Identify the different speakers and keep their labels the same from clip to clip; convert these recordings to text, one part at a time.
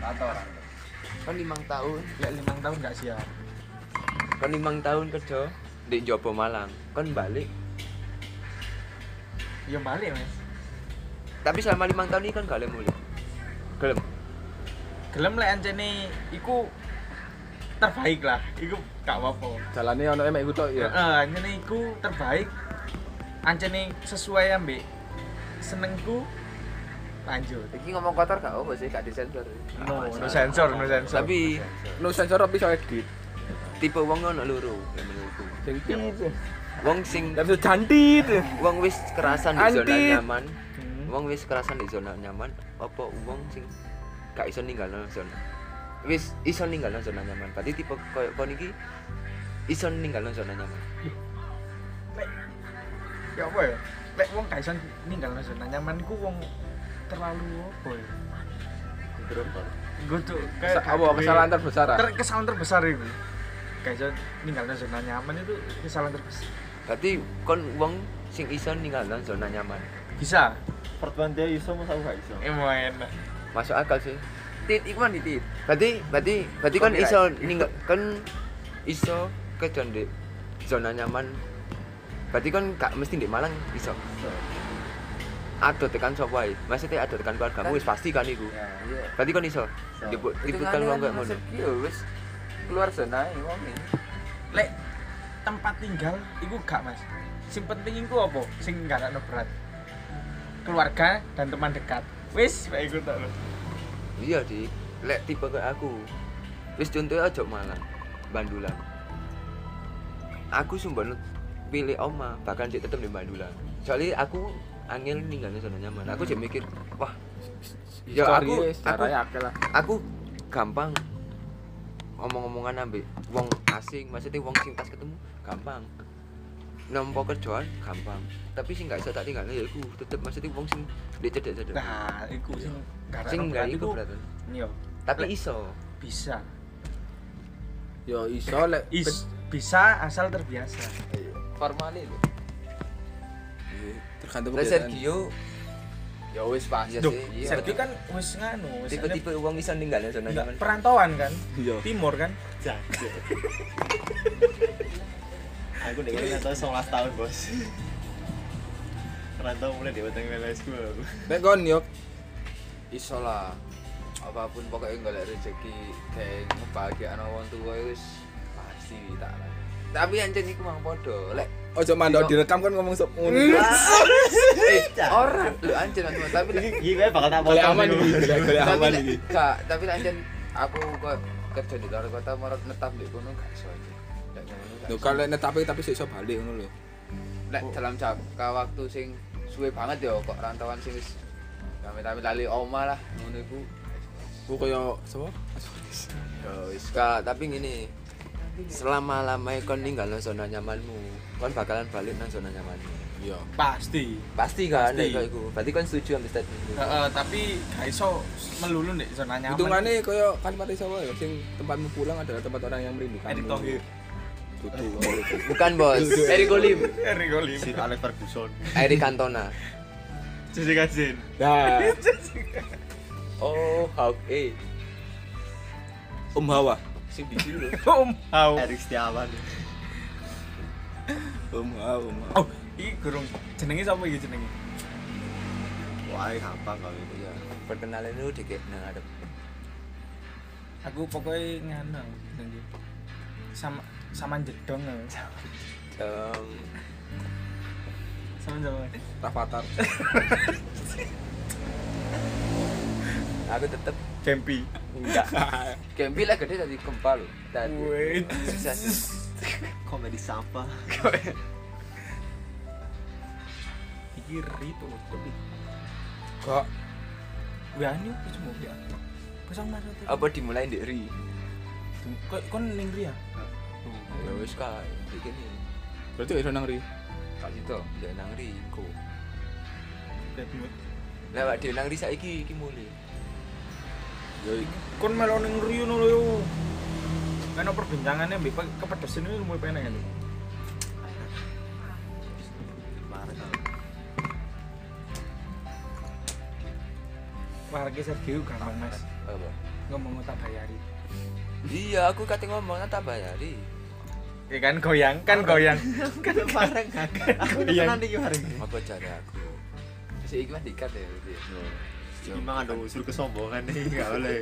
Speaker 1: Atau
Speaker 2: Kan limang tahun,
Speaker 1: lek limang tahun nggak siap.
Speaker 2: kan limang tahun kerja di Jopo Malang, kan balik.
Speaker 1: Ya balik mas.
Speaker 2: Tapi selama limang tahun ini kan gak mulai. Gelem.
Speaker 1: Gelem lek ancene iku terbaik lah. Iku gak apa-apa.
Speaker 3: Jalane ono emek iku tok ya.
Speaker 1: Heeh, ancene iku terbaik. Ancene sesuai ambek senengku lanjut.
Speaker 2: Iki ngomong kotor gak apa sih, gak disensor.
Speaker 1: No, no sensor, no sensor.
Speaker 2: Tapi
Speaker 3: No sensor tapi iso edit.
Speaker 2: tipe wong ono loro lek menurutku.
Speaker 3: Sing tit.
Speaker 2: Wong sing
Speaker 3: Tapi jantit.
Speaker 2: wong wis kerasan di zona
Speaker 3: Anti.
Speaker 2: nyaman.
Speaker 1: Hmm.
Speaker 2: Wong wis kerasan di zona nyaman apa wong sing gak iso ninggalno zona. Wis iso ninggalno zona nyaman. Berarti tipe koyo kon iki iso ninggalno zona nyaman.
Speaker 1: Lek- ya apa ya? Lek wong gak iso ninggal zona nyaman iku wong terlalu apa ya? Godok
Speaker 3: Sa- Apa kesalahan terbesar? ah?
Speaker 1: ter kesalahan terbesar itu gak iso ninggal zona nyaman itu kesalahan terbesar
Speaker 2: Berarti kon wong sing iso ninggalno zona nyaman.
Speaker 1: bisa
Speaker 4: Pertemuan dia iso masa aku gak iso.
Speaker 1: emang enak
Speaker 2: Masuk akal sih.
Speaker 4: Tit iku mandi tit.
Speaker 2: Berarti berarti berarti kan
Speaker 4: Copyright.
Speaker 2: iso ninggal kan iso ke di zona nyaman. Berarti kan gak mesti di Malang iso. Ada tekan sapa wae. Maksudnya ada tekan keluargamu wis pasti kan iku.
Speaker 4: Ya.
Speaker 2: Berarti kan iso.
Speaker 4: Iso.
Speaker 3: Iya,
Speaker 2: Tipe tipe kan wong kaya ngono.
Speaker 4: Iya wis keluar zona iki wong iki.
Speaker 1: lek tempat tinggal itu gak mas sing penting itu apa sing gak ada berat keluarga dan teman dekat wis kayak gitu loh
Speaker 2: Iya, Dik. Lek tipe kayak aku. Wis contohnya aja Malang, Bandulan. Aku sumpah nu- pilih oma, bahkan dia tetep di Bandulan. Soalnya aku angin ninggalnya zona nyaman. Aku
Speaker 4: Hmm.
Speaker 2: jadi mikir, wah, Ya, aku-
Speaker 3: Historie sejarahnya akeh lah.
Speaker 2: aku gampang ngomong-ngomongan ambek wong asing maksudnya wong sing pas ketemu gampang nampa kerjaan gampang tapi sing gak iso tak tinggal ya iku tetep maksudnya wong sing dia cedek cedek
Speaker 1: nah itu sing gak ada
Speaker 2: sing
Speaker 1: berat iya.
Speaker 2: gak
Speaker 1: itu
Speaker 2: iku berarti
Speaker 1: yo
Speaker 2: tapi
Speaker 1: nah,
Speaker 2: iso
Speaker 1: bisa
Speaker 3: Yo Ya, iso lek
Speaker 1: Is, bisa asal terbiasa
Speaker 4: Formali lho.
Speaker 3: Iya, tergantung
Speaker 2: lah Sergio
Speaker 4: Ya wis pas.
Speaker 2: ya
Speaker 1: nah, Duh,
Speaker 2: sih iya,
Speaker 1: Sergio
Speaker 2: betul.
Speaker 1: kan wis nganu wis
Speaker 2: tipe-tipe wong iso ninggal ya zona
Speaker 1: Enggak,
Speaker 2: nyaman
Speaker 1: perantauan kan
Speaker 3: Iya.
Speaker 1: timur kan
Speaker 4: Aku nek ngene tau 19 tahun, Bos. Rantau mulai di weteng les gue aku.
Speaker 3: Lek kon yo
Speaker 5: iso lah apapun pokoknya golek rezeki kayak kebahagiaan orang tua
Speaker 2: ya
Speaker 5: itu wis pasti tak lah tapi anjen iku mang podo lek
Speaker 3: ojo mandok direkam kan ngomong sok ngono.
Speaker 2: Iya.
Speaker 5: orang lho anjen aku tapi lek
Speaker 1: Iya,
Speaker 4: Iki gue bakal tak
Speaker 3: Boleh aman
Speaker 4: iku.
Speaker 3: iki, boleh- boleh
Speaker 5: tapi
Speaker 3: aman
Speaker 5: lek
Speaker 3: iki.
Speaker 5: gak tapi lek anjen aku kok kerja di luar kota marot netap di kono gak iso anjen lek ngono gak
Speaker 3: Lho
Speaker 5: iso.
Speaker 3: kalau lek netapi tapi sik iso balik ngono lho.
Speaker 5: lek dalam jangka waktu sing suwe banget ya kok rantauan sing wis kami tapi lali oma lah ngono iku
Speaker 3: Ku koyo sapa?
Speaker 2: Ya, wis Kak, tapi ngene. Selama lama kon ninggal nang zona nyamanmu, kon bakalan balik nang zona nyamanmu.
Speaker 3: Iya.
Speaker 1: pasti
Speaker 2: Pasti kan nek
Speaker 1: Pasti.
Speaker 2: kaya iku. Berarti kon setuju ambek statementku.
Speaker 1: Heeh, tapi gak iso melulu nek zona nyaman
Speaker 3: Hitungannya koyo kalimat sapa ya sing tempatmu pulang adalah tempat orang yang merindukan.
Speaker 1: Erick Thohir
Speaker 3: Dudu.
Speaker 2: Bukan, Bos. Eric Olim,
Speaker 1: Erick Olim
Speaker 4: Si Alex Ferguson.
Speaker 2: Eric Cantona.
Speaker 1: Jessica Jane
Speaker 3: Nah,
Speaker 2: Oh, how eh
Speaker 3: Om Hawa.
Speaker 2: sing biji lho.
Speaker 1: Om Hao
Speaker 4: Erik Setiawan.
Speaker 3: Om Hawa, Om Hawa.
Speaker 1: oh iki gurung jenenge sapa iki jenenge
Speaker 4: Wah, ini gampang kalau itu.
Speaker 2: Iya, perkenalan lu dikit nang adep.
Speaker 1: aku pokoknya nganu jenenge sama sama jedong ya.
Speaker 2: Em,
Speaker 1: sama sama
Speaker 3: Rafathar.
Speaker 2: aku tetep
Speaker 1: Kempi
Speaker 2: enggak.
Speaker 5: Gempi lek gede dadi gempa lho
Speaker 2: Tadi
Speaker 1: wait
Speaker 4: Komedi sampah.
Speaker 1: iki rito tapi
Speaker 3: Kok
Speaker 1: wani aku cuma dia kosong marah tuh
Speaker 2: apa dimulai ndek ri?
Speaker 1: kok kon ning ria
Speaker 2: Ya wis kae, iki nih.
Speaker 3: berarti iso nang ri.
Speaker 5: gak situ
Speaker 2: Ya nang ri ku.
Speaker 1: Jadi,
Speaker 2: Lah awak dhewe nang ri saiki iki mule.
Speaker 3: Yo iki.
Speaker 1: kon melo ning ria ngono yo kan perbincangannya mbek pe- kepedesan ini lumayan penak kan
Speaker 4: Marah.
Speaker 1: warga Sergio gampang mas
Speaker 2: Apa?
Speaker 1: ngomong tak bayari
Speaker 2: iya aku kate ngomong tak bayari
Speaker 1: ya kan goyang kan goyang
Speaker 4: Kan bareng Aku
Speaker 1: Iya.
Speaker 4: tenan iki bareng.
Speaker 2: apa cara aku
Speaker 5: Si iki mah dikat ya berarti.
Speaker 4: Iki mang ada unsur kesombongan nih enggak boleh.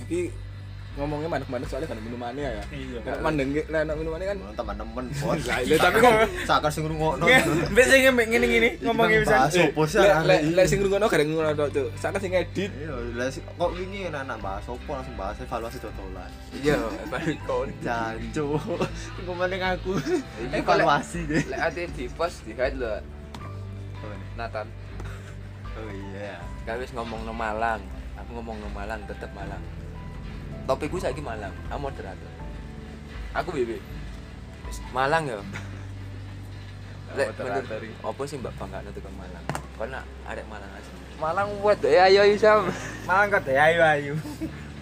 Speaker 3: Tapi ngomongnya manek-manek soalnya kan minumannya ya.
Speaker 1: Iya.
Speaker 3: Nek mandeng ge- nek nek minumannya kan
Speaker 4: Teman teman bos.
Speaker 3: Lah, tapi kok-
Speaker 4: sakar sing ngrungokno.
Speaker 1: biasanya ngomong ngene ngene ngomongnya bisa
Speaker 4: bahas opo sih
Speaker 3: lek lek
Speaker 4: arek iki?
Speaker 3: lek sing ngrungokno gak ngono tok, Cuk. Sak kan sing edit.
Speaker 4: Iya, lah sih, kok wingi anak-anak bahas opo langsung bahas evaluasi dodolan.
Speaker 2: iya baru kon
Speaker 4: Jancu. Iku meneng aku. Eh, Iya,
Speaker 5: Iki kok Eh, lek-
Speaker 4: Evaluasi deh.
Speaker 5: Lek ate di post di hide lho Nathan.
Speaker 4: Oh iya.
Speaker 2: Kau wis ngomong no Malang, aku ngomong no Malang, tetep Malang. Topikku saiki Malang, aku moderator. Aku BB. Wis, Malang ya. Lek
Speaker 5: Moderator
Speaker 2: menurut
Speaker 5: iki.
Speaker 2: apa sih Mbak Bangga nanti ke Malang? Kau nak arek Malang aja.
Speaker 5: Malang buat ya ayo Isam.
Speaker 1: malah kok deh ayu ayu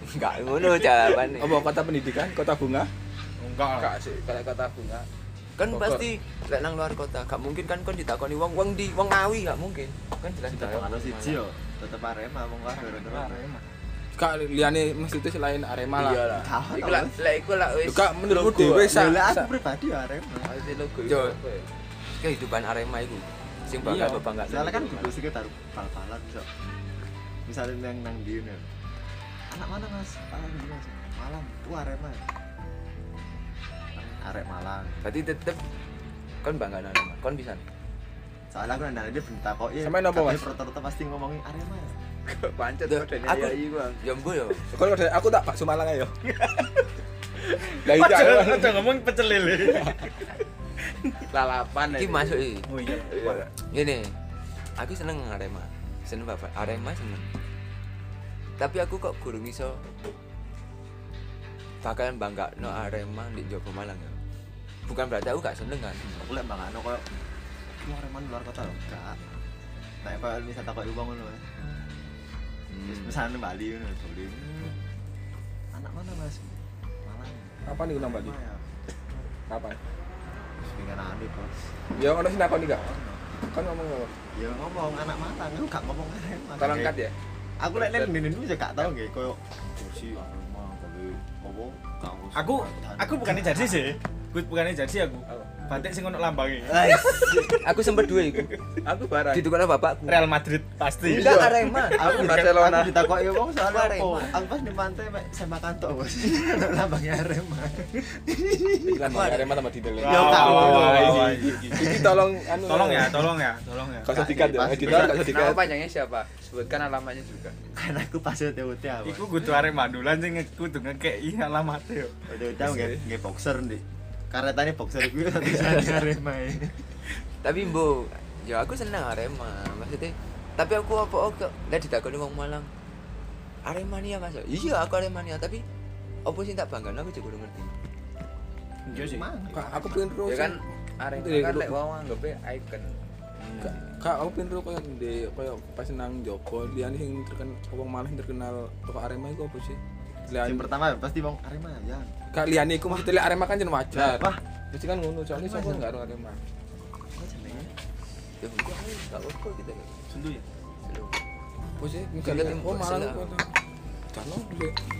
Speaker 2: Enggak ngono e. jawabannya.
Speaker 3: Apa kota pendidikan, kota bunga?
Speaker 1: enggak lah.
Speaker 5: Kak sih kalau kata bunga.
Speaker 2: Kan
Speaker 5: Bogor.
Speaker 2: pasti lek nang luar kota, gak mungkin kan kon ditakoni wong wong di wong awi gak mungkin. Kan jelas
Speaker 4: Tetep
Speaker 2: jawab
Speaker 4: ana
Speaker 2: Malang.
Speaker 4: siji yo. Tetep Arema mong kae
Speaker 1: Parah, emang.
Speaker 3: Kak liane mesti itu selain Arema lah.
Speaker 2: Iya lah.
Speaker 4: Tahu
Speaker 5: Iku
Speaker 4: tahu.
Speaker 5: lek lek iku lek wis.
Speaker 3: Juga menurutku
Speaker 5: logo,
Speaker 3: dhewe
Speaker 4: Lah,
Speaker 3: sak
Speaker 4: lah,
Speaker 3: sak-
Speaker 4: aku pribadi ya Arema.
Speaker 5: Ate logo.
Speaker 2: Yo.
Speaker 5: iku apa ya?
Speaker 2: Kehidupan Arema itu sing bangga
Speaker 3: Iya.
Speaker 2: apa bangga.
Speaker 4: Soalnya kan dulu sih kita taruh bal-balan so. Misalnya yang nang di ini. Anak mana mas? Malang di mas. Malang. Itu Arema. Nang Arek Malang.
Speaker 2: Berarti tetep kon bangga nang Arema. Kon bisa
Speaker 4: Soalnya aku nandang dia bentar kok. Iya.
Speaker 3: Sampai nopo, Mas?
Speaker 4: Rata-rata pasti ngomongin Arema. ya.
Speaker 5: Pancet
Speaker 2: Duh,
Speaker 5: modene
Speaker 2: aku-
Speaker 5: ya iku. Bang.
Speaker 2: Ya mbo ya.
Speaker 3: Kalau udah- aku tak bakso Malang ayo. Lah iya, itu
Speaker 1: Ojo
Speaker 3: aku-
Speaker 1: ojo ngomong pecel lele.
Speaker 5: Lalapan
Speaker 3: Nah,
Speaker 2: Iki
Speaker 5: aja.
Speaker 2: masuk iki.
Speaker 1: Oh iya.
Speaker 5: Iya.
Speaker 2: Gini, aku seneng nang Arema. Seneng bapak Arema seneng. Tapi aku kok gurung iso bakalan bangga no Arema di Jopo Malang ya. Bukan berarti aku gak seneng kan.
Speaker 4: Aku lihat bang Ano kayak. Itu Arema di luar kota loh. Enggak. Nah, kalau misalnya kok ibu ngono.
Speaker 3: Hmm.
Speaker 4: Mas. Terus misalnya nang Bali ngono. Bali. Hmm. Anak mana mas? Malang.
Speaker 3: Kapan nih nang Bali?
Speaker 4: Arema ya.
Speaker 3: Kapan?
Speaker 4: Terus pengen anu bos.
Speaker 3: Ya ono sing nakoni gak? Kan ngomong apa?
Speaker 4: Ya ngomong anak mana? Lu gak ngomong Arema.
Speaker 3: Tolong cut ya.
Speaker 4: aku lek lek ngene dulu gak tau nggih koyo kursi Arema gawe opo kaos
Speaker 1: Aku aku bukannya jadi sih. Gue bukannya jadi aku. Batik sing ono e. lambangnya.
Speaker 4: Ais,
Speaker 2: Aku sempet dua iku.
Speaker 3: Aku barang.
Speaker 2: Ditukar bapakku.
Speaker 1: Real Madrid pasti.
Speaker 2: Enggak Arema.
Speaker 4: aku
Speaker 2: Aku
Speaker 4: di-
Speaker 5: Barcelona.
Speaker 4: aku ditakoki wong soalnya
Speaker 2: Arema.
Speaker 4: opo aku pas di pantai mek sembakan tok bos lambangnya Arema
Speaker 3: Iklan Bang Arema tambah detail. lagi.
Speaker 4: Ya, Kak.
Speaker 3: Wah, wah,
Speaker 1: Wah,
Speaker 3: wah,
Speaker 1: wah,
Speaker 3: iki- iki- Iki tolong anu.
Speaker 1: Tolong ya, tolong ya, tolong ya.
Speaker 3: Gak usah dikat ya,
Speaker 4: Pasti.
Speaker 3: editor gak usah
Speaker 5: Nama
Speaker 3: dikat.
Speaker 5: panjangnya siapa? Sebutkan alamatnya juga.
Speaker 4: anakku pas udah udah
Speaker 1: Iku kudu arek mandulan sing nge- kudu ngekeki alamate e, yo.
Speaker 4: udah udah nggih nggih boxer nih karena tadi boxer iku
Speaker 1: Iya,
Speaker 4: ya, satu satunya Arema ya.
Speaker 2: Tapi mbo, ya aku seneng Arema. Maksudnya, tapi aku apa oh, kok lek ditakoni wong Malang. Aremania Mas. Iya, aku Aremania, tapi apa sih tak bangga aku juga kurang ngerti.
Speaker 1: Iya sih.
Speaker 4: Mangan.
Speaker 3: Kak, aku pengen terus.
Speaker 5: Ya kan Arema
Speaker 3: Itu ya,
Speaker 5: kan
Speaker 3: dulu.
Speaker 5: lek wong anggape icon.
Speaker 3: Kak, Kak, aku pengen terus koyo di koyo pas nang Joko, liane sing terkenal wong Malang sing terkenal toko Arema iku apa sih?
Speaker 1: iya.
Speaker 3: Liane
Speaker 4: Yang pertama pasti wong Arema ya.
Speaker 3: Kak liane iku mesti lihat Arema kan jeneng wajar.
Speaker 4: Wah.
Speaker 3: Mesti kan ngono, soalnya
Speaker 4: Arema
Speaker 3: sapa
Speaker 4: jeneng.
Speaker 3: enggak ada Arema.
Speaker 4: Apa jenenge?
Speaker 2: Ya enggak, enggak apa-apa kita.
Speaker 1: Sendu ya.
Speaker 3: Apa sih? Enggak
Speaker 2: Kalian
Speaker 3: Oh, Malang
Speaker 2: salah.
Speaker 3: iku. Jano,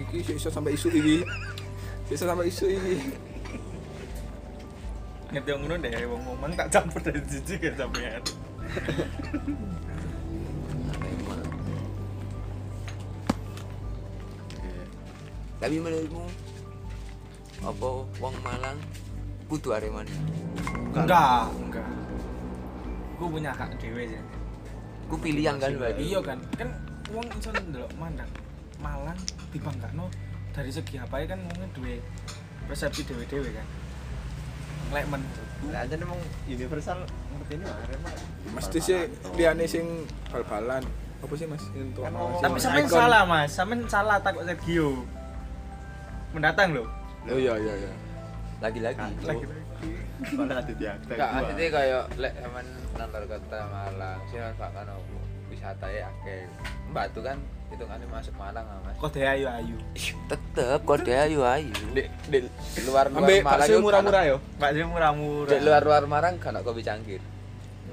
Speaker 3: iki isih iso sampai isu iki. Isih Iso sampai isu iki.
Speaker 1: Ngerti ngono deh wong ngomong tak campur dari siji ke sampean.
Speaker 2: Arema. Tapi menurutmu apa wong Malang kudu Aremania?
Speaker 1: Enggak, enggak. Ku punya hak dhewe sih.
Speaker 2: Ku pilihan kan berarti.
Speaker 1: Iya kan, kan wong iso ndelok mandang Malang dibanggakno dari segi apa kan wong duwe persepsi dhewe-dhewe kan. Lek men
Speaker 4: Lah anjene mong universal ngerti ini Arema.
Speaker 3: Mesti sih liane sing bal-balan. Apa sih Mas? Ini Untuk Malang
Speaker 4: Kan
Speaker 3: sih.
Speaker 4: ngomong-
Speaker 1: Tapi sampean
Speaker 3: Icon.
Speaker 1: salah, Mas. Sampean salah takut Sergio. Mendatang gitu. loh.
Speaker 3: Oh iya iya iya.
Speaker 2: Lagi-lagi.
Speaker 1: Lagi.
Speaker 4: Soalnya ada di akta
Speaker 5: Enggak,
Speaker 4: gua.
Speaker 5: maksudnya kayak lek zaman nang luar kota Malang, sing manfaatkan opo? Wisata ya akeh. Batu kan hitungane masuk Malang ah, Mas.
Speaker 1: Kode ayu-ayu.
Speaker 2: Tetep kode ayu ayu.
Speaker 5: Di, di luar luar
Speaker 3: Ambek
Speaker 5: Malang
Speaker 3: bakso
Speaker 5: itu
Speaker 3: murah-murah yo.
Speaker 1: Mbak sih murah-murah. Nah,
Speaker 5: Di luar luar Malang kan kok kopi cangkir.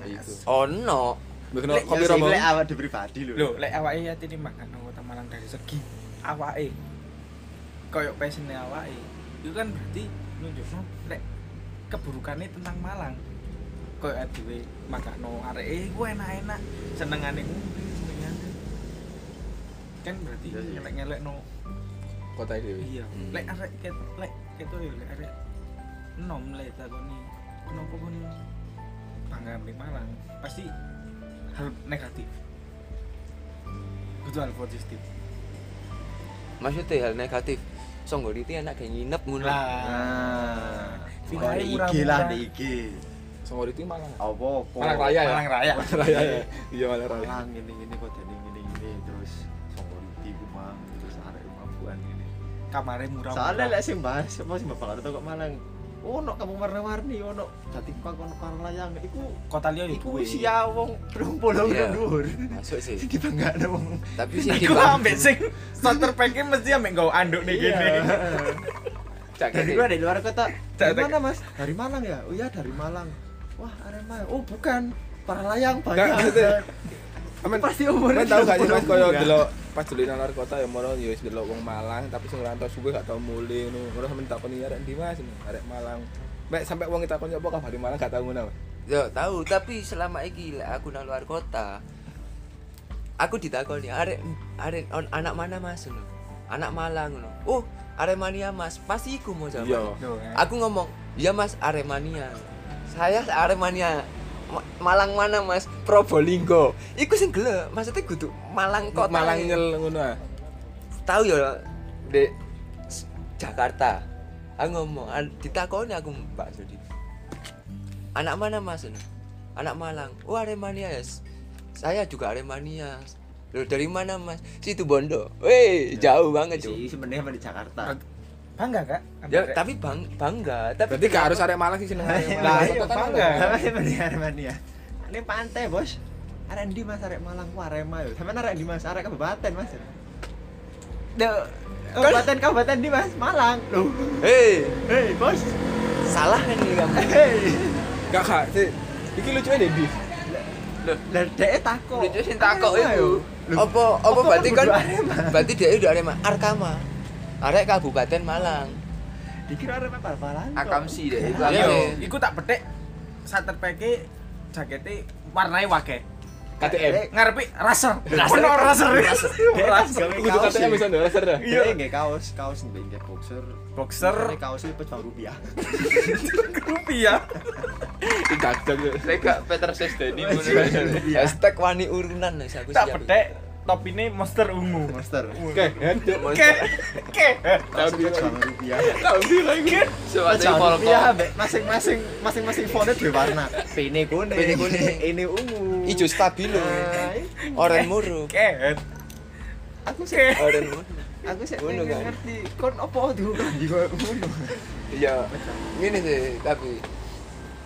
Speaker 3: Iku.
Speaker 2: Ono.
Speaker 3: Mbek kena
Speaker 4: Lek-
Speaker 3: kopi
Speaker 4: ya sih,
Speaker 3: rombong.
Speaker 4: lek awak di pribadi lho.
Speaker 1: Lho, lek awake ya tini makan nang kota Malang dari segi awake. Koyok passion awake. Itu kan berarti nunjukno lek keburukannya tentang Malang. Koyok dhewe makan nang areke iku enak-enak, senengane ngombe, senengane. Kan berarti
Speaker 4: Iya sih.
Speaker 1: ngelek-ngelek no
Speaker 3: Kota dhewe.
Speaker 1: iya. Lek arek ket- lek ketu ya lek arek enom lek takoni kenapa kon bangga ambek Malang? Pasti hal negatif. Kudu hal positif.
Speaker 2: Maksudnya hal negatif. Songgo Riti anak kayak nginep ngono.
Speaker 4: Nah,
Speaker 1: Villa
Speaker 4: Ah. di
Speaker 1: murah-murah.
Speaker 4: IG lah di IG.
Speaker 3: Songo itu malah.
Speaker 4: Apa apa?
Speaker 5: Malang Raya ya?
Speaker 1: Malang Raya.
Speaker 3: Raya ya. Iya malah raya.
Speaker 4: Malang ini ini kok jadi ini ini terus songoriti ku mang terus arek mabuan ini.
Speaker 1: Kamarnya murah.
Speaker 4: Soalnya lek sing bahas apa sing bapak kok Malang. oh, Ono kamu warna-warni ono dadi kok ono karo layang iku
Speaker 1: kota Leo itu.
Speaker 4: iku sia wong 30
Speaker 2: Iya.
Speaker 4: yeah. dhuwur.
Speaker 2: Masuk sih.
Speaker 4: Sing dibanggakno wong.
Speaker 2: Tapi sih
Speaker 1: Iku
Speaker 2: dibang.
Speaker 1: ambek sing starter pack e mesti ambek nggo anduk nih
Speaker 4: Iya.
Speaker 1: gini.
Speaker 4: Dari
Speaker 2: Jakete.
Speaker 4: gua dari luar kota.
Speaker 1: Cak,
Speaker 4: Dari
Speaker 1: cak.
Speaker 4: mana, Mas? Dari Malang ya? Oh iya, dari Malang. Wah, Arema. Oh, bukan. Para layang banyak.
Speaker 3: Nggak, gitu. Amin.
Speaker 4: Pasti umurnya
Speaker 3: Men tahu gak sih
Speaker 4: 30
Speaker 3: mas koyo
Speaker 4: enggak.
Speaker 3: delok pas dulu nang luar kota ya moro ya wis delok wong Malang tapi sing rantau subuh gak tau mule ngono. Ora sampe takoni arek ndi Mas, ngono. arek Malang. Mek sampe wong takoni apa kabar di Malang gak tau ngono. Mas.
Speaker 2: Yo tahu, tapi selama ini lah aku nang luar kota. Aku ditakoni arek arek on- anak mana Mas ngono. Anak Malang ngono. Oh, Aremania Mas. Pasti iku mau jawab.
Speaker 3: Iya.
Speaker 1: eh.
Speaker 2: Aku ngomong, "Iya Mas, Aremania." Saya Aremania. Ma- Malang mana Mas? Probolinggo. Iku sing gele, maksudnya kudu Malang kota.
Speaker 3: Malang nyel ngono ah.
Speaker 2: tahu ya di S- Jakarta aku ngomong an- ditakoni aku Mbak Sudi anak mana mas Ini, anak Malang oh Aremania ya S- saya juga Aremania Loh, dari mana mas situ Bondo weh jauh banget cuy
Speaker 4: Sih, sebenarnya mah di Jakarta.
Speaker 1: Bangga kak?
Speaker 2: ya tapi bang bangga tapi
Speaker 3: Berarti kan- gak harus arek Malang sih seneng
Speaker 1: Lah,
Speaker 3: arek Malang.
Speaker 1: iya,
Speaker 3: Kota kan
Speaker 1: bangga.
Speaker 3: ngono.
Speaker 4: Sama sih mending Aremania. ya? Ini pantai, Bos. Arek ndi Mas arek Malang ku Arema yo. Sampeyan arek ndi Mas? Arek kabupaten, Mas. Kabupaten kabupaten di Mas Malang. Loh.
Speaker 2: hei
Speaker 4: Hei, Bos.
Speaker 2: salah kan ini kamu
Speaker 4: Hei.
Speaker 3: Gak gak. sih. Iki lucunya deh di.
Speaker 4: Lah dhek takok.
Speaker 2: lucu sih takok Oh.
Speaker 4: Arema yo.
Speaker 2: itu
Speaker 4: Loh,
Speaker 2: apa ya? apa
Speaker 4: apa
Speaker 2: berarti
Speaker 4: kan
Speaker 2: kan
Speaker 4: kudu Arema?
Speaker 2: berarti dia udah Arema Arkama arek Kabupaten Malang
Speaker 4: Dikira Arema bal-balan. kok.
Speaker 5: Akamsi deh. itu
Speaker 1: Yo,
Speaker 2: Iya.
Speaker 5: Akamsi.
Speaker 1: iku tak petik starter pack e, jakete warnane wake.
Speaker 3: KTM.
Speaker 4: Dek,
Speaker 1: Ngarepe raser. Ono raser.
Speaker 4: Dek, kan
Speaker 1: Raser.
Speaker 4: gawe
Speaker 3: Kudu
Speaker 4: kaos
Speaker 3: KTM
Speaker 4: sih.
Speaker 3: bisa ndo raser dah.
Speaker 4: Iya, nggih kaos, kaos nggih nggih boxer.
Speaker 1: Boxer
Speaker 4: Ini kaosnya pas bang rupiah.
Speaker 1: rupiah.
Speaker 3: Gagdang.
Speaker 5: Lek gak Peter Sesdeni ngono.
Speaker 3: iya.
Speaker 2: Hashtag wani urunan wis aku
Speaker 1: Tak
Speaker 2: siap.
Speaker 1: petik top ini monster ungu.
Speaker 4: Monster.
Speaker 3: Oke, headset.
Speaker 1: Oke. Oke.
Speaker 4: Kaosnya pas bang rupiah.
Speaker 3: Tahu sih lagi.
Speaker 4: Pas
Speaker 5: Sewaktu
Speaker 3: iya.
Speaker 4: bang rupiah,
Speaker 5: Volcom.
Speaker 4: Mbak. masing-masing masing-masing fontnya dua warna. Pene kuning.
Speaker 2: Pene kuning.
Speaker 4: Ini ungu.
Speaker 2: Ijo stabilo.
Speaker 4: Nah,
Speaker 2: Ah,
Speaker 4: ini.
Speaker 2: Oren muru.
Speaker 1: Ket.
Speaker 4: Aku sih,
Speaker 2: Oren muru.
Speaker 4: aku sih
Speaker 2: Ungu,
Speaker 4: pengen
Speaker 2: kan?
Speaker 4: ngerti. Kon opo tuh kan? Juga ungu.
Speaker 5: Iya. Ngene sih tapi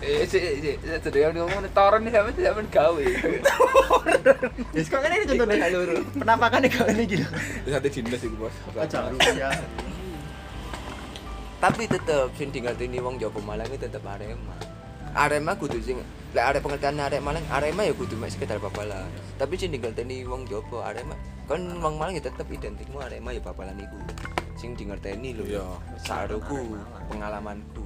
Speaker 5: Eh, sih, sih, sedih yang ngomong toren nih, sampe tidak gawe.
Speaker 4: Ya, kok kan ini contohnya loro. Penampakannya kok ini gitu.
Speaker 3: Sate dinas iku, Bos.
Speaker 4: Pas bang rupiah.
Speaker 2: Tapi tetep sing dingerteni wong Jawa Malang iki tetep Arema. Arema kudu sing lek arek pengertian arek Malang, Arema ya kudu mek sekedar babalan. Tapi sing dingerteni wong Jawa Arema kan wong Malang ya tetep identikmu Arema ya babalan iku. Sing dingerteni lho.
Speaker 3: Iya.
Speaker 2: Saruku, pengalamanku.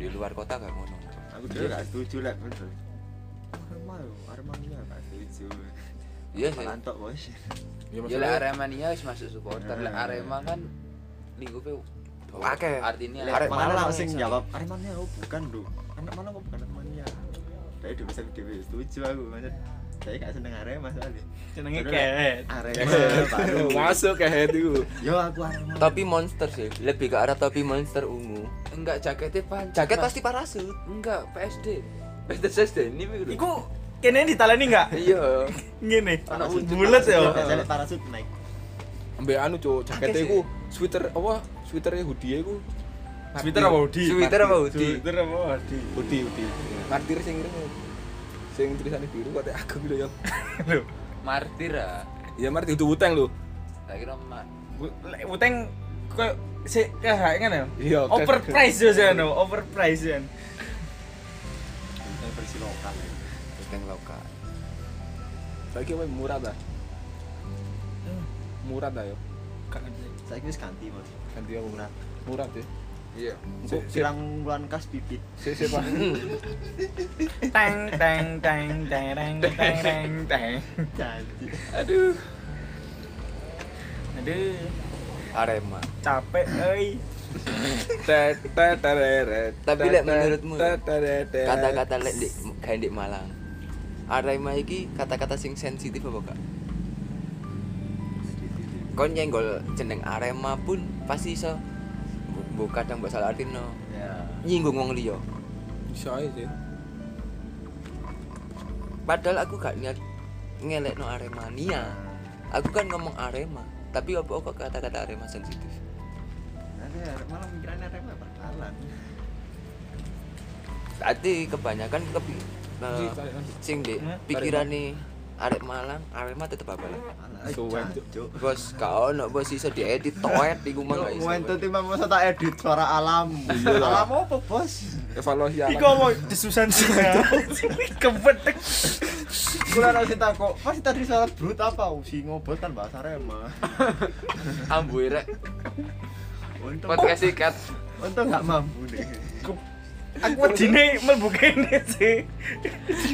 Speaker 2: Di luar kota gak ngono.
Speaker 4: Aku juga gak setuju lah bener. Arema yo, Arema ini gak setuju.
Speaker 2: Iya sih.
Speaker 4: Malan tok bos.
Speaker 3: Ya
Speaker 5: Ya lek
Speaker 3: maksudnya
Speaker 5: Aremania wis masuk supporter, lek Arema kan lingkupe
Speaker 2: Akeh.
Speaker 5: Artinya
Speaker 4: Arek
Speaker 2: Malang
Speaker 4: Malang
Speaker 2: sing
Speaker 4: sing
Speaker 2: salah.
Speaker 4: jawab, Arek Malang oh bukan, Nduk. Anak Malang kok bukan anak Malang. Tapi dhewe sing dhewe setuju aku, maksud saya gak seneng Arema soalnya.
Speaker 1: Jenenge
Speaker 4: Bener.
Speaker 1: ket.
Speaker 4: Arema baru.
Speaker 3: Aduh, masuk ke head iku.
Speaker 4: Yo aku Arema.
Speaker 2: Topi monster sih, lebih ke arah topi monster ungu.
Speaker 5: enggak jaketnya pan
Speaker 2: Jaket pasti parasut.
Speaker 5: enggak PSD Peter Sesdeni iku lho.
Speaker 1: Iku kene ditaleni enggak?
Speaker 5: iya
Speaker 1: Ngene.
Speaker 5: Anak
Speaker 4: Parasut,
Speaker 1: Bulet ya.
Speaker 4: parasut,
Speaker 1: yo.
Speaker 4: biasanya parasut naik.
Speaker 3: Ambek anu, Cuk, jakete
Speaker 2: sih.
Speaker 3: iku sweater apa? Sweater hoodie iku.
Speaker 1: Twitter apa Udi?
Speaker 2: Sweater apa hoodie?
Speaker 1: Twitter apa Udi?
Speaker 3: Udi, Udi. Martir sing ngene. Sing tulisannya biru kate aku lho ya.
Speaker 1: Lho,
Speaker 5: martir ah
Speaker 3: Ya Martir itu utang lho.
Speaker 5: tak kira mar
Speaker 1: Bu- lek Uteng koyo sik kehak ngene. ya?
Speaker 3: Iya, kan.
Speaker 1: Overprice yo jane, overprice jan.
Speaker 4: Yang versi lokal.
Speaker 5: wis ning lokal.
Speaker 3: Saiki wae murah ta.
Speaker 1: Hmm,
Speaker 3: Murah ta yo.
Speaker 1: gak ngerti
Speaker 4: Saya wis ganti mas.
Speaker 3: Ganti apa murah?
Speaker 4: Murah.
Speaker 3: Murah deh.
Speaker 5: Iya.
Speaker 3: Engko
Speaker 4: Pirang bulan kas bibit.
Speaker 3: sik sik Pak.
Speaker 1: teng teng teng teng teng teng teng teng
Speaker 4: Jadi.
Speaker 5: Aduh,
Speaker 1: aduh
Speaker 5: Arema.
Speaker 1: capek euy
Speaker 3: Tet, tet, tereret,
Speaker 2: Tapi,
Speaker 3: tet,
Speaker 2: Lek,
Speaker 3: tet,
Speaker 2: menurutmu,
Speaker 3: tet, tereret, teret.
Speaker 2: kata-kata lek ndek gawe ndek Malang. Arema iki kata-kata sing sensitif apa gak? Kon nyenggol jeneng Arema pun pasti iso mbok kadang mbok salah artino.
Speaker 4: Ya.
Speaker 2: Nyinggung wong liya.
Speaker 3: bisa aja sih.
Speaker 2: Padahal aku gak niat ngelekno Aremania. Aku kan ngomong Arema, tapi apa kok kata-kata Arema sensitif?
Speaker 4: Nanti arek malah pikirannya arek mah bakalan.
Speaker 2: Berarti kebanyakan kepi
Speaker 3: Ji,
Speaker 2: eh,
Speaker 3: tarik, Mas.
Speaker 2: sing ndek
Speaker 1: Hmm?
Speaker 2: pikirane arek Malang, Arema tetep apa lah?
Speaker 3: Suwen,
Speaker 4: Cuk.
Speaker 2: Bos, kau ono bos iso diedit toet iku mah gak iso.
Speaker 4: Momentum tim masa tak edit suara alam. Alam apa, Bos?
Speaker 3: Evaluasi alam.
Speaker 1: Iko mau desusan sih kebetek
Speaker 4: Kula ora sing takok, "Mas tadi suara brut apa?" Oh, Si ngobrol kan bahasa Rema.
Speaker 5: Ambue rek.
Speaker 4: Untung
Speaker 5: Podcast ikat.
Speaker 4: untung gak mampu nih.
Speaker 1: aku wedine mlebu kene sih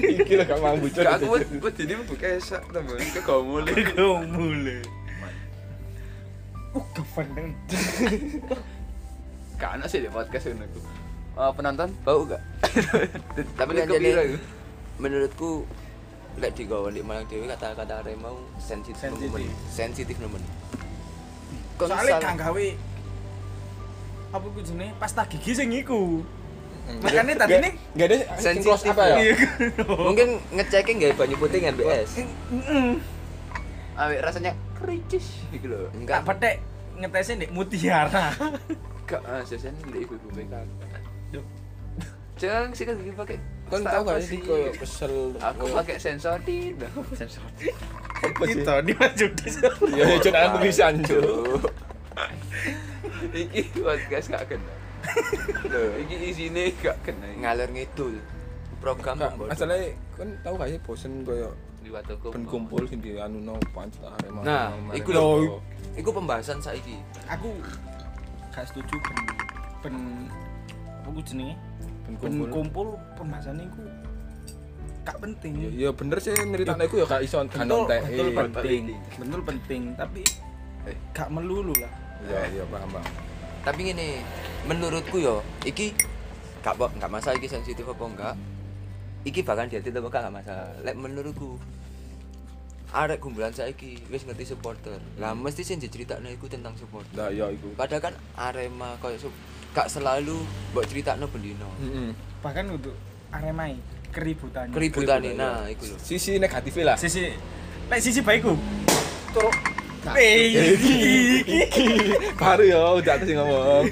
Speaker 3: Iki lho gak mampu cok.
Speaker 5: Gak aku wedine mbuk esok temen kegomole.
Speaker 1: Kau mulai. Uh, kependeng.
Speaker 5: Gak ana sih di podcast ngono iku. Eh, penonton
Speaker 2: Bau gak? Tapi kan
Speaker 5: Kepira
Speaker 2: jadi
Speaker 5: iku?
Speaker 2: menurutku lek digawe di Malang dhewe kata-kata Arema sensitif
Speaker 1: Sensitif.
Speaker 2: nemen. Sensitif nemen. Kon
Speaker 1: Soalnya
Speaker 2: misal-
Speaker 1: kang gawe apa ku jenenge pasta gigi sing iku.
Speaker 3: Hmm,
Speaker 1: Makanya tadi nih
Speaker 3: enggak ada
Speaker 2: Sensitif
Speaker 3: sinkros apa ya?
Speaker 1: iya.
Speaker 2: mungkin ngecekin gak banyu putih kan BS.
Speaker 5: awek rasanya kricis iki
Speaker 1: Tak
Speaker 5: lho.
Speaker 2: gitu Enggak.
Speaker 1: petek ngetesnya nih mutiara.
Speaker 5: Gak ah, sisan ndek ibu-ibu BK.
Speaker 1: Duh.
Speaker 5: Jangan sih
Speaker 2: kan
Speaker 5: gigi pakai.
Speaker 3: Kon
Speaker 5: Pasta
Speaker 3: tau
Speaker 5: apa
Speaker 3: gak sih kan, koyo kesel.
Speaker 5: Aku
Speaker 3: koyo-
Speaker 5: pakai sensor di. Sensor.
Speaker 3: Apa sih?
Speaker 1: Itu Gitu, di maju di sana.
Speaker 3: Ya ya cok aku bisa cok.
Speaker 5: Iki podcast gak kena. Loh, iki isine gak kena.
Speaker 2: Ngalor ngidul. Program
Speaker 3: Enggak,
Speaker 2: pembodoh.
Speaker 3: masalahnya kan tau gak sih bosen koyo
Speaker 5: Liwat toko.
Speaker 3: ben kumpul sing di anu no pancet Arema.
Speaker 2: Nah,
Speaker 3: Arema,
Speaker 2: iku
Speaker 3: Arema.
Speaker 2: lho. Iku pembahasan saiki.
Speaker 1: Aku gak setuju ben ben apa ku jenenge?
Speaker 3: Ben
Speaker 1: Ben
Speaker 3: kumpul.
Speaker 1: kumpul pembahasan iku gak
Speaker 3: Ya,
Speaker 1: penting.
Speaker 3: Ya bener sih nyeritane iku ya gak iso gak
Speaker 1: Betul,
Speaker 3: nontek.
Speaker 1: betul
Speaker 3: Eh,
Speaker 1: penting. Betul penting, tapi
Speaker 5: Eh.
Speaker 1: gak melulu lah.
Speaker 3: Ya ya paham paham.
Speaker 2: tapi gini menurutku yo iki gak po- gak masalah iki sensitif apa enggak iki bahkan dia tidak bakal gak masalah lek menurutku arek kumpulan saiki wis ngerti supporter lah mesti sing diceritakno iku tentang supporter
Speaker 3: Nah ya iku.
Speaker 2: padahal kan Arema koyo sup gak selalu mbok ceritakno bendino
Speaker 3: Heeh.
Speaker 1: Bahkan untuk Aremai keributannya.
Speaker 2: keributane nah
Speaker 3: iya.
Speaker 2: iku lho
Speaker 3: Sisi negatifnya lah.
Speaker 1: sisi lek sisi baikku
Speaker 3: Turuk.
Speaker 4: Nah,
Speaker 1: eh
Speaker 3: Baru ya udah sih ngomong.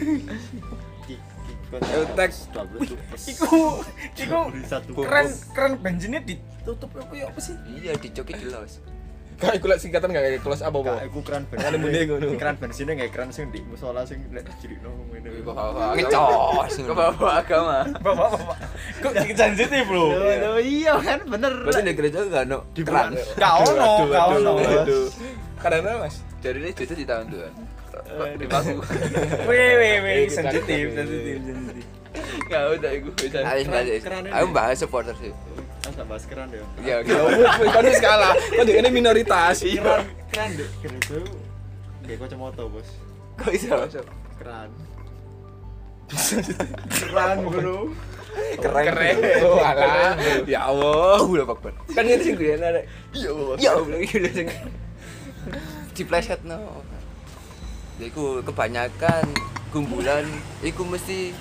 Speaker 4: ki- ki-
Speaker 3: Eutek.
Speaker 4: 12.
Speaker 1: iku iku
Speaker 4: Satu
Speaker 1: keren keren bensinnya ditutup aku ya apa sih
Speaker 2: iya dicoki jelas
Speaker 3: Kak iku lek singkatan gak kayak kelas apa apa.
Speaker 4: Gak, aku keren
Speaker 3: Kan muni ngono.
Speaker 4: bensinnya Keren bensinnya gak keren sing di musola sing lek dirikno ngene.
Speaker 2: Oh, Iya. ngecos
Speaker 5: Ke bawah agama.
Speaker 1: bapak bapak kok sensitif
Speaker 4: Loh,
Speaker 1: bro
Speaker 4: loh, Iya kan bener.
Speaker 2: berarti di gereja gak no
Speaker 4: Di
Speaker 2: terang
Speaker 4: bulan-
Speaker 1: gak ono gak ono
Speaker 3: Kadang-kadang Mas.
Speaker 5: Jadi ini justru di tahun tuan. Kok di paku.
Speaker 1: weh weh weh
Speaker 3: Eh,
Speaker 1: sensitif
Speaker 3: kita-
Speaker 1: sensitif sensitif
Speaker 5: Gak udah iku bisa.
Speaker 2: Ayo, bahas-
Speaker 4: keran-
Speaker 2: ayo bahas supporter sih
Speaker 4: Ah, gak bahas keren ya.
Speaker 2: ya
Speaker 3: Ya wes kan wis kalah. Kan dia ini minoritas.
Speaker 4: Keren, keren deh. Keren tuh. Kayak kacamata, Bos.
Speaker 2: kok iso
Speaker 4: Keren. Keren bro.
Speaker 2: keren
Speaker 5: Keren.
Speaker 3: Oh alah. Ya Allah.
Speaker 2: Allahu Akbar.
Speaker 3: Kan ini sing gue ada. Iya.
Speaker 2: Ya Allah iki lho sing diplesetno. Ya iku kebanyakan kumpulan iku mesti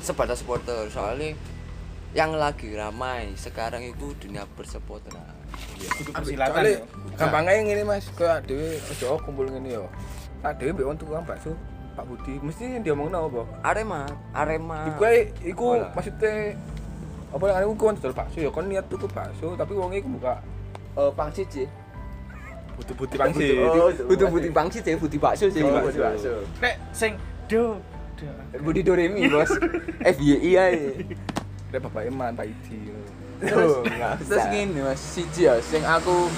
Speaker 2: sebatas supporter soalnya yang lagi ramai sekarang itu dunia persupporteran.
Speaker 1: itu persilatan
Speaker 3: Soale
Speaker 1: ya.
Speaker 3: gampangnya ngene Mas, koyo dhewe aja kumpul ngene yo. Tak dhewe mbek wong tukang bakso, Pak Budi, mesti yang diomongno apa?
Speaker 2: Arema, Arema.
Speaker 3: Iku ae iku
Speaker 2: Bola.
Speaker 3: maksudnya apa yang aku kan dodol bakso ya kan niat tuku bakso tapi wong iku buka
Speaker 2: Eh, pangsit sih.
Speaker 3: butuh butuh pangsi
Speaker 2: Oh, butuh butuh pangsit sih, butuh bakso sih.
Speaker 3: Oh, Butuh
Speaker 2: Butuh
Speaker 3: bakso.
Speaker 2: bakso.
Speaker 1: lek sing do do
Speaker 2: E Budi Doremi, Bos. FYI ae.
Speaker 3: Rek bapak Eman, Pak Idi. Oh,
Speaker 5: terus terus gini mas siji ya sing aku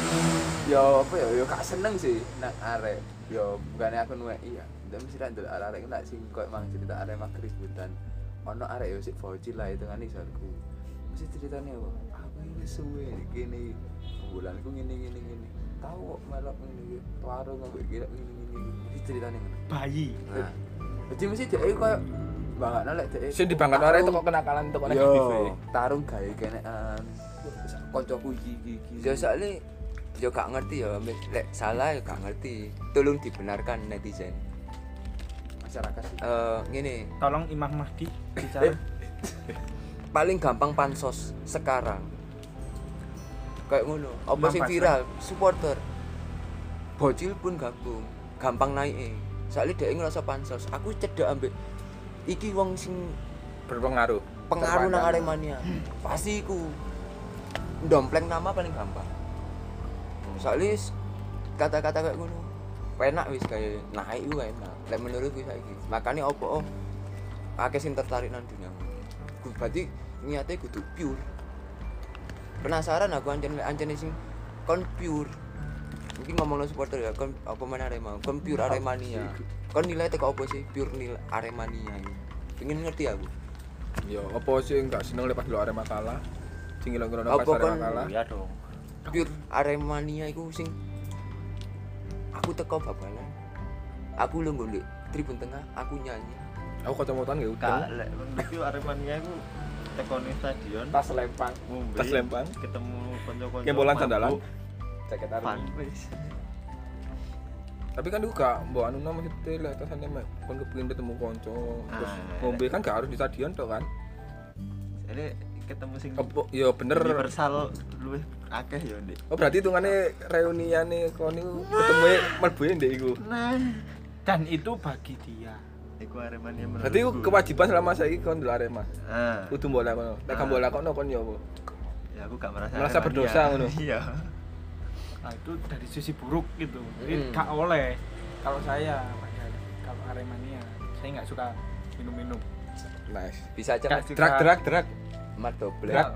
Speaker 5: ya apa ya ya gak seneng sih nang arek ya bukannya aku nuwek iya tapi mesti tak ndelok arek tak sing koyo mang cerita arek mah keributan ono arek ya sik bocil lah hitungan isorku mesti ceritanya apa aku ini suwe gini bulanku ngene ngene ngene tahu kok malah ngene warung aku kira ngene ngene ngene. mesti ceritanya ngono
Speaker 1: bayi
Speaker 5: nah jadi mesti dia itu koyo banget nolak dia
Speaker 3: Sing dibangkat orang itu kok kenakalan itu kok negatif.
Speaker 5: Yo, tarung gawe kenean. Kancaku iki iki iki.
Speaker 2: Ya soalnya ya gak ngerti ya, Mbak. lek salah ya gak ngerti. Tolong dibenarkan netizen.
Speaker 5: masyarakat sih.
Speaker 2: Eh ngene,
Speaker 1: tolong Imam Mahdi bicara
Speaker 2: Eh, paling gampang pansos sekarang. Kayak ngono. Apa sing
Speaker 1: Mampas,
Speaker 2: viral? Supporter. Bocil pun gabung, gampang naik Soalnya dia ngerasa pansos. Aku cedak ambek iki wong sing
Speaker 3: Berpengaruh.
Speaker 2: pengaruh nang
Speaker 3: Terpandang.
Speaker 2: Aremania. Pasti iku. Dompleng nama paling gampang. Soalnya wis kata-kata kayak ngono. Penak wis kayak naik iku kayak enak. Lek menurutku saiki. Makane opo oh akeh sing tertarik nang dunia ngono. Ku- Berarti niatnya kudu pure. Penasaran aku ancen ancen sing kon pure. Mungkin ngomong supporter ya kon apa mana Arema, kon pure Aremania. Kon nilai teko opo sih pure nilai Aremania ini. Pengen ngerti aku.
Speaker 3: Yo, apa sih yang gak seneng lepas dulu Arema kalah? Sing ngilang-ngilang
Speaker 2: Apa
Speaker 3: pas Arema
Speaker 2: kon-
Speaker 3: kalah.
Speaker 4: Iya dong.
Speaker 2: pure Aremania iku sing aku teko babalan. Aku lu ndek tribun tengah, aku nyanyi.
Speaker 3: Aku kacamataan gak utang.
Speaker 4: Kak, lek meniku Aremania iku tekoni stadion
Speaker 5: Tas lempang.
Speaker 4: ngombe,
Speaker 3: Tas lempang.
Speaker 4: iya. ketemu kanca-kanca.
Speaker 3: Kembolan
Speaker 4: mabuk,
Speaker 3: sandalan.
Speaker 5: Jaket
Speaker 4: Fun,
Speaker 5: army.
Speaker 4: wis.
Speaker 3: Tapi kan juga mbok anu nama kita lah atasannya mek kon kepengin ketemu konco. Terus
Speaker 4: Ah.
Speaker 3: ngombe kan gak harus di stadion toh kan.
Speaker 4: Jadi ketemu sing
Speaker 3: Apa Oh, yo bener.
Speaker 4: universal luwih akeh ya, Dik.
Speaker 3: Oh berarti hitungannya reuniannya kon niku ketemu mlebu ndek iku.
Speaker 4: Nah,
Speaker 1: dan itu bagi dia
Speaker 4: iku Aremania menurutku.
Speaker 3: Berarti iku kewajiban selama saiki kon dulu Arema.
Speaker 4: Ah,
Speaker 3: Kudu mbok lakono. Nek gak mbok lakono kon yo apa?
Speaker 4: ya aku gak merasa
Speaker 3: Merasa
Speaker 4: Aremania.
Speaker 3: berdosa ngono.
Speaker 4: Iya.
Speaker 1: nah, itu dari sisi buruk gitu
Speaker 2: Mm.
Speaker 1: jadi gak oleh kalau saya padahal. kalau Aremania saya nggak suka minum-minum
Speaker 3: Nice.
Speaker 2: Bisa aja
Speaker 5: Kan.
Speaker 1: Gak
Speaker 2: Mas
Speaker 1: suka
Speaker 3: Drak drak drak.
Speaker 2: mat doblek.
Speaker 1: nggak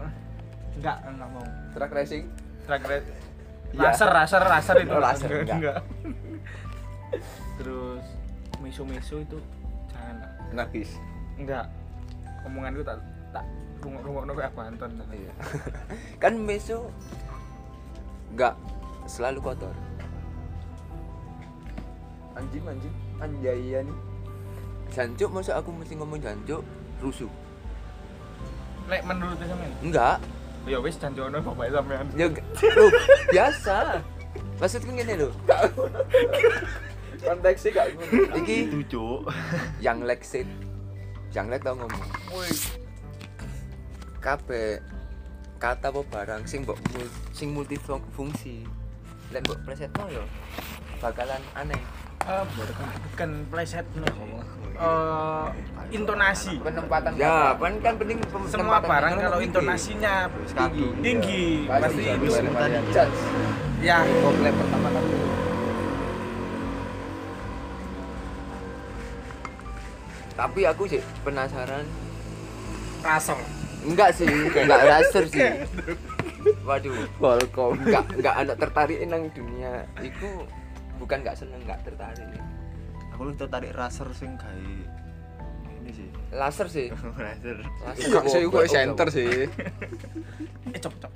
Speaker 1: nggak nggak mau
Speaker 5: Track racing.
Speaker 1: track red
Speaker 2: Iya.
Speaker 1: laser laser laser itu
Speaker 2: Oh, laser,
Speaker 1: Enggak,
Speaker 2: enggak.
Speaker 1: enggak. terus miso miso itu jangan lah
Speaker 3: Nagis.
Speaker 1: enggak omongan itu tak tak rungok rungok nunggu aku Anton
Speaker 2: Iya. kan besok enggak selalu kotor.
Speaker 5: Anjing anjing. Anjaya nih.
Speaker 2: Jancuk masa aku mesti ngomong jancuk rusuh.
Speaker 1: lek menurut sampean
Speaker 2: Enggak.
Speaker 1: ya wis janjono bapak sampean
Speaker 2: Ya g- loh, biasa. Maksudku ngene lho.
Speaker 5: Konteksnya gak ngono.
Speaker 2: Iki
Speaker 4: Itu, Cuk.
Speaker 2: yang leksit. Yang lek tau ngomong. kabeh kata apa barang sing mbok mul- sing multifungsi lek mbok presetno yo bakalan aneh
Speaker 1: Eh, bukan playset no Eh, intonasi
Speaker 5: Penempatan
Speaker 2: ya kan kan penting pem-
Speaker 1: semua
Speaker 2: penempatan
Speaker 1: barang
Speaker 2: pikiran
Speaker 1: kalau
Speaker 2: penting.
Speaker 1: intonasinya
Speaker 4: Wis kadung.
Speaker 1: tinggi
Speaker 5: Pasti
Speaker 1: pasti
Speaker 5: itu
Speaker 1: itu
Speaker 5: sebenarnya judge.
Speaker 1: ya
Speaker 5: Komplek pertama kali.
Speaker 2: tapi aku sih penasaran
Speaker 1: raser
Speaker 2: enggak sih enggak laser sih waduh
Speaker 3: Welcome.
Speaker 2: enggak enggak ada tertarik nang dunia iku bukan enggak seneng enggak tertarik
Speaker 4: Aku lu tertarik raser sing gawe ini sih.
Speaker 2: laser sih
Speaker 4: raser.
Speaker 2: laser
Speaker 3: Enggak sih
Speaker 2: goblok,
Speaker 3: kok center
Speaker 2: goblok.
Speaker 3: sih.
Speaker 1: eh cop cop cop.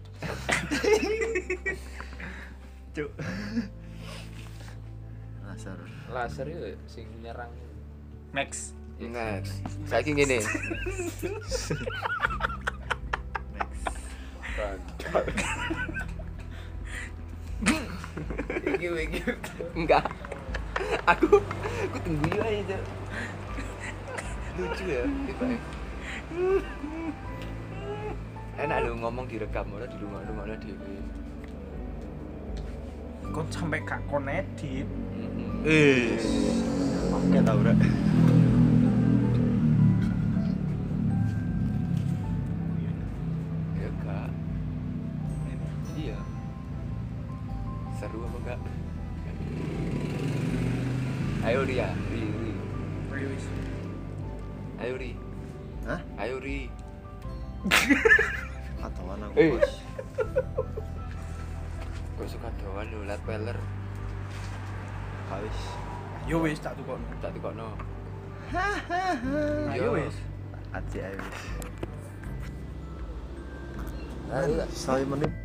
Speaker 4: Cuk. raser.
Speaker 5: Laser itu sing nyerang.
Speaker 1: max
Speaker 2: next saiki ngene
Speaker 4: Next.
Speaker 5: Iki iki.
Speaker 2: enggak aku aku tunggu yuk aja Cok. lucu ya tiba enak lu ngomong direkam lo di rumah rumah lo di
Speaker 1: kok sampai gak konedit
Speaker 2: Mm-hmm.
Speaker 4: Eh. Pakai tau ora.
Speaker 2: ya enggak iya seru apa enggak ayo ria ri ri ayo ri
Speaker 4: Hah?
Speaker 2: ayo ri
Speaker 4: Ketahuan aku
Speaker 2: Eh.
Speaker 4: bos.
Speaker 2: Gue suka doan lho, liat peler
Speaker 4: Kawis.
Speaker 1: Yo wis tak tukokno.
Speaker 2: Tak dikokno
Speaker 1: Ayo wis.
Speaker 4: Ati ayo.
Speaker 5: Ayo,
Speaker 4: Saya menit.